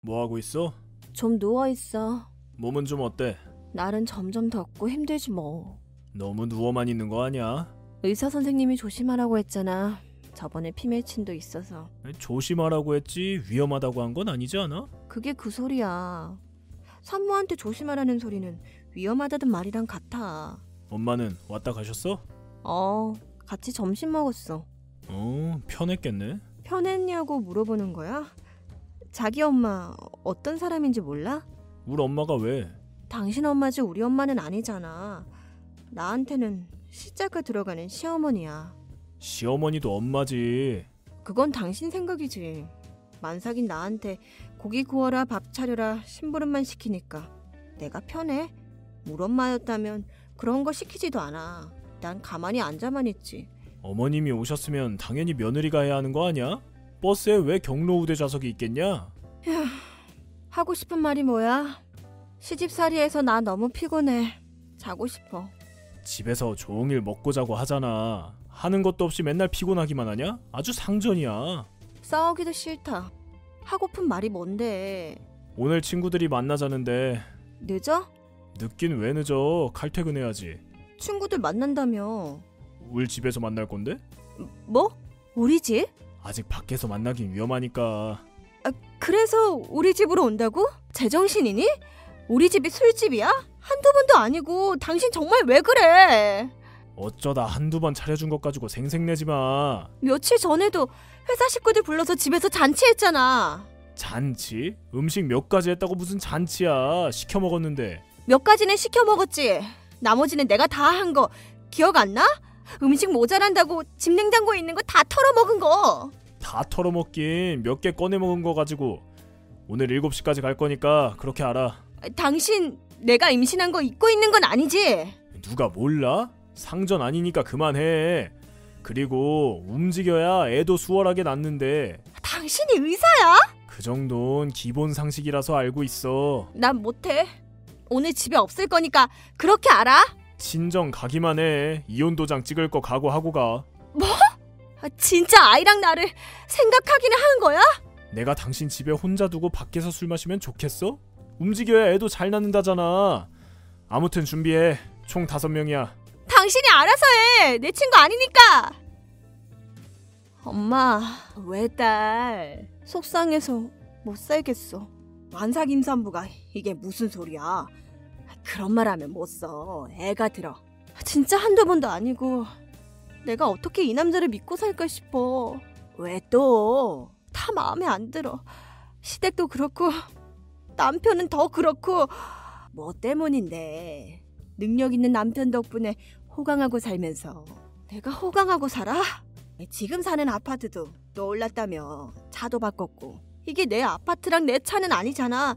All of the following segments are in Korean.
뭐 하고 있어? 좀 누워 있어. 몸은 좀 어때? 날은 점점 덥고 힘들지 뭐. 너무 누워만 있는 거 아니야? 의사 선생님이 조심하라고 했잖아. 저번에 피 맺힌도 있어서. 조심하라고 했지 위험하다고 한 건 아니지 않아? 그게 그 소리야. 산모한테 조심하라는 소리는 위험하다는 말이랑 같아. 엄마는 왔다 가셨어? 어, 같이 점심 먹었어. 어 편했겠네. 편했냐고 물어보는 거야? 자기 엄마 어떤 사람인지 몰라? 우리 엄마가 왜? 당신 엄마지 우리 엄마는 아니잖아. 나한테는 시자가 들어가는 시어머니야. 시어머니도 엄마지. 그건 당신 생각이지. 만삭인 나한테 고기 구워라 밥 차려라 심부름만 시키니까 내가 편해? 물 엄마였다면 그런 거 시키지도 않아. 난 가만히 앉아만 있지. 어머님이 오셨으면 당연히 며느리가 해야 하는 거 아니야? 버스에 왜 경로 우대 좌석이 있겠냐? 하고 싶은 말이 뭐야? 시집살이에서 나 너무 피곤해. 자고 싶어. 집에서 종일 먹고 자고 하잖아. 하는 것도 없이 맨날 피곤하기만 하냐? 아주 상전이야. 싸우기도 싫다. 하고픈 말이 뭔데? 오늘 친구들이 만나자는데 늦어? 늦긴 왜 늦어? 칼퇴근해야지. 친구들 만난다며. 울 집에서 만날 건데? 뭐? 우리 집? 아직 밖에서 만나긴 위험하니까. 그래서 우리 집으로 온다고? 제정신이니? 우리 집이 술집이야? 한두 번도 아니고 당신 정말 왜 그래? 어쩌다 한두 번 차려준 것 가지고 생색내지 마. 며칠 전에도 회사 식구들 불러서 집에서 잔치했잖아. 잔치? 음식 몇 가지 했다고 무슨 잔치야. 시켜 먹었는데. 몇 가지는 시켜 먹었지. 나머지는 내가 다 한 거 기억 안 나? 음식 모자란다고 집 냉장고에 있는 거 다 털어 먹은 거. 다 털어먹긴 몇 개 꺼내 먹은 거 가지고. 오늘 7시까지 갈 거니까 그렇게 알아. 당신 내가 임신한 거 잊고 있는 건 아니지? 누가 몰라? 상전 아니니까 그만해. 그리고 움직여야 애도 수월하게 낳는데 당신이 의사야? 그 정도는 기본 상식이라서 알고 있어. 난 못해. 오늘 집에 없을 거니까 그렇게 알아? 친정 가기만 해. 이혼 도장 찍을 거 각오하고 가. 아, 진짜 아이랑 나를 생각하기는 한 거야? 내가 당신 집에 혼자 두고 밖에서 술 마시면 좋겠어? 움직여야 애도 잘 낳는다잖아. 아무튼 준비해. 총 다섯 명이야. 당신이 알아서 해. 내 친구 아니니까. 엄마, 왜 딸? 속상해서 못 살겠어. 만삭 임산부가 이게 무슨 소리야? 그런 말 하면 못 써. 애가 들어. 진짜 한두 번도 아니고 내가 어떻게 이 남자를 믿고 살까 싶어. 왜 또? 다 마음에 안 들어. 시댁도 그렇고 남편은 더 그렇고 뭐 때문인데 능력 있는 남편 덕분에 호강하고 살면서 내가 호강하고 살아? 지금 사는 아파트도 너 올랐다며 차도 바꿨고 이게 내 아파트랑 내 차는 아니잖아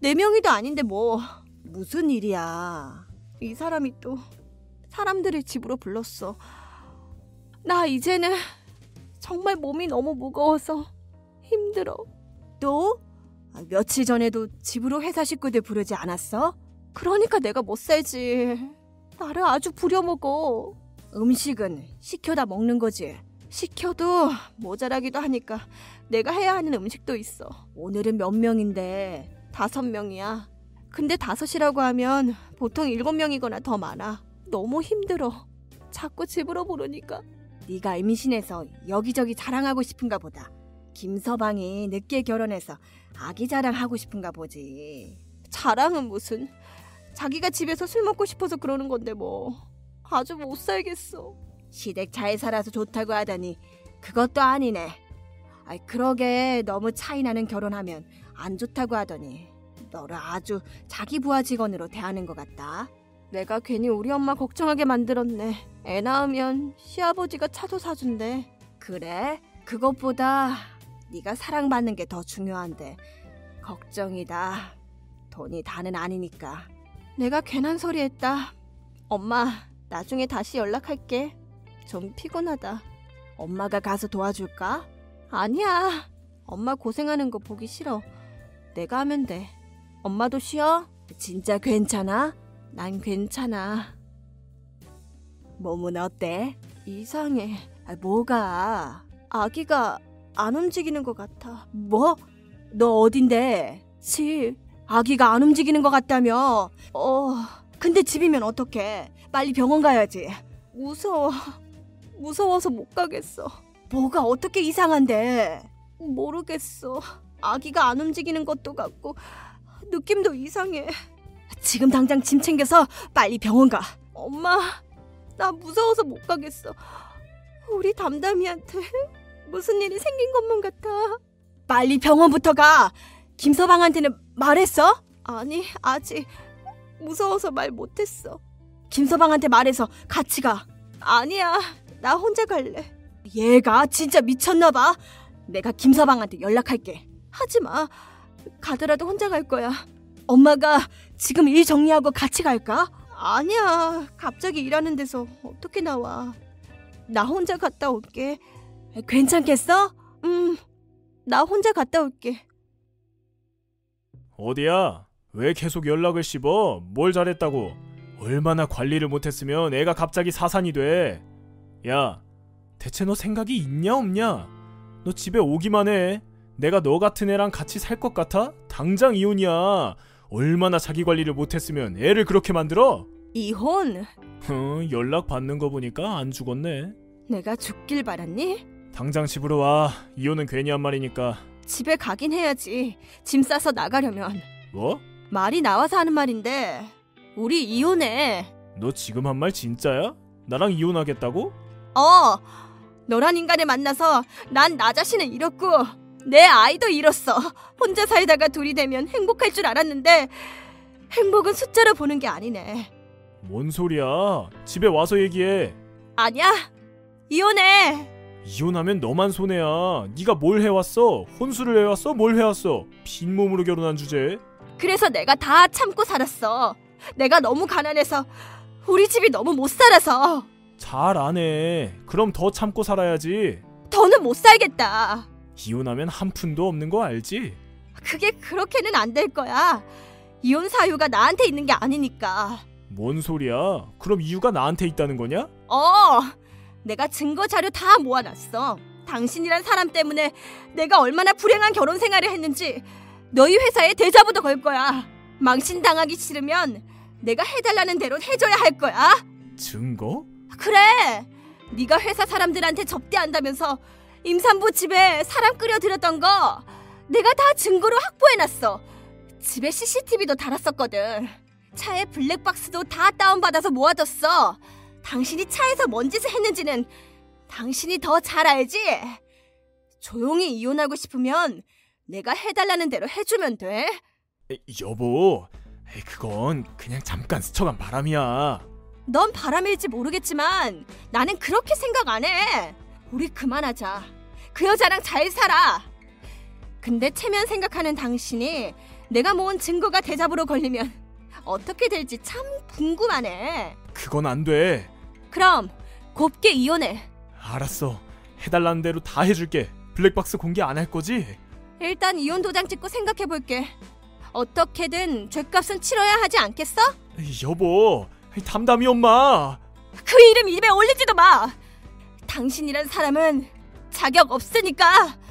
네 명이도 아닌데 뭐 무슨 일이야 이 사람이 또 사람들을 집으로 불렀어 나 이제는 정말 몸이 너무 무거워서 힘들어 또? 아, 며칠 전에도 집으로 회사 식구들 부르지 않았어? 그러니까 내가 못 살지. 나를 아주 부려먹어. 음식은 시켜다 먹는 거지. 시켜도 모자라기도 하니까 내가 해야 하는 음식도 있어. 오늘은 몇 명인데 다섯 명이야. 근데 다섯이라고 하면 보통 일곱 명이거나 더 많아. 너무 힘들어. 자꾸 집으로 부르니까. 네가 임신해서 여기저기 자랑하고 싶은가 보다. 김서방이 늦게 결혼해서 아기 자랑하고 싶은가 보지. 자랑은 무슨? 자기가 집에서 술 먹고 싶어서 그러는 건데 뭐 아주 못 살겠어. 시댁 잘 살아서 좋다고 하다니 그것도 아니네. 아이 그러게 너무 차이 나는 결혼하면 안 좋다고 하더니 너를 아주 자기 부하 직원으로 대하는 것 같다. 내가 괜히 우리 엄마 걱정하게 만들었네. 애 낳으면 시아버지가 차도 사준대. 그래? 그것보다 네가 사랑받는 게 더 중요한데 걱정이다. 돈이 다는 아니니까. 내가 괜한 소리 했다. 엄마, 나중에 다시 연락할게. 좀 피곤하다. 엄마가 가서 도와줄까? 아니야. 엄마 고생하는 거 보기 싫어. 내가 하면 돼. 엄마도 쉬어? 진짜 괜찮아? 난 괜찮아. 몸은 어때? 이상해. 아, 뭐가? 아기가 안 움직이는 것 같아. 뭐? 너 어딘데? 집 아기가 안 움직이는 것 같다며. 어, 근데 집이면 어떡해. 빨리 병원 가야지. 무서워. 무서워서 못 가겠어. 뭐가 어떻게 이상한데? 모르겠어. 아기가 안 움직이는 것도 같고 느낌도 이상해. 지금 당장 짐 챙겨서 빨리 병원 가. 엄마, 나 무서워서 못 가겠어. 우리 담담이한테 무슨 일이 생긴 것만 같아. 빨리 병원부터 가. 김서방한테는 말했어? 아니, 아직 무서워서 말 못했어. 김서방한테 말해서 같이 가. 아니야, 나 혼자 갈래. 얘가 진짜 미쳤나 봐. 내가 김서방한테 연락할게. 하지 마. 가더라도 혼자 갈 거야. 엄마가 지금 일 정리하고 같이 갈까? 아니야. 갑자기 일하는 데서 어떻게 나와? 나 혼자 갔다 올게. 괜찮겠어? 음. 나 혼자 갔다 올게. 어디야? 왜 계속 연락을 씹어? 뭘 잘했다고? 얼마나 관리를 못했으면 애가 갑자기 사산이 돼? 야, 대체 너 생각이 있냐 없냐? 너 집에 오기만 해. 내가 너 같은 애랑 같이 살 것 같아? 당장 이혼이야. 얼마나 자기 관리를 못했으면 애를 그렇게 만들어? 이혼? 흥, 연락 받는 거 보니까 안 죽었네. 내가 죽길 바랐니? 당장 집으로 와. 이혼은 괜히 한 말이니까. 집에 가긴 해야지. 짐 싸서 나가려면. 뭐? 말이 나와서 하는 말인데. 우리 이혼해. 너 지금 한 말 진짜야? 나랑 이혼하겠다고? 어. 너란 인간을 만나서 난 나 자신을 잃었고 내 아이도 잃었어. 혼자 살다가 둘이 되면 행복할 줄 알았는데 행복은 숫자로 보는 게 아니네. 뭔 소리야? 집에 와서 얘기해. 아니야. 이혼해. 이혼하면 너만 손해야. 네가 뭘 해왔어? 혼수를 해왔어? 뭘 해왔어? 빈몸으로 결혼한 주제에 그래서 내가 다 참고 살았어. 내가 너무 가난해서 우리 집이 너무 못 살아서 잘 안 해. 그럼 더 참고 살아야지. 더는 못 살겠다. 이혼하면 한 푼도 없는 거 알지? 그게 그렇게는 안 될 거야. 이혼 사유가 나한테 있는 게 아니니까. 뭔 소리야? 그럼 이유가 나한테 있다는 거냐? 어, 내가 증거 자료 다 모아놨어. 당신이란 사람 때문에 내가 얼마나 불행한 결혼 생활을 했는지 너희 회사에 대자보도 걸 거야. 망신당하기 싫으면 내가 해달라는 대로 해줘야 할 거야. 증거? 그래. 네가 회사 사람들한테 접대한다면서 임산부 집에 사람 끌여들였던 거 내가 다 증거로 확보해놨어. 집에 CCTV도 달았었거든. 차에 블랙박스도 다 다운받아서 모아뒀어. 당신이 차에서 뭔 짓을 했는지는 당신이 더 잘 알지? 조용히 이혼하고 싶으면 내가 해달라는 대로 해주면 돼. 에, 여보, 에이, 그건 그냥 잠깐 스쳐간 바람이야. 넌 바람일지 모르겠지만 나는 그렇게 생각 안 해. 우리 그만하자. 그 여자랑 잘 살아. 근데 체면 생각하는 당신이 내가 모은 증거가 대잡으로 걸리면 어떻게 될지 참 궁금하네. 그건 안 돼. 그럼 곱게 이혼해. 알았어. 해달라는 대로 다 해줄게. 블랙박스 공개 안 할 거지? 일단 이혼 도장 찍고 생각해 볼게. 어떻게든 죄값은 치러야 하지 않겠어? 에이, 여보, 에이, 담담이 엄마. 그 이름 입에 올리지도 마. 당신이란 사람은 자격 없으니까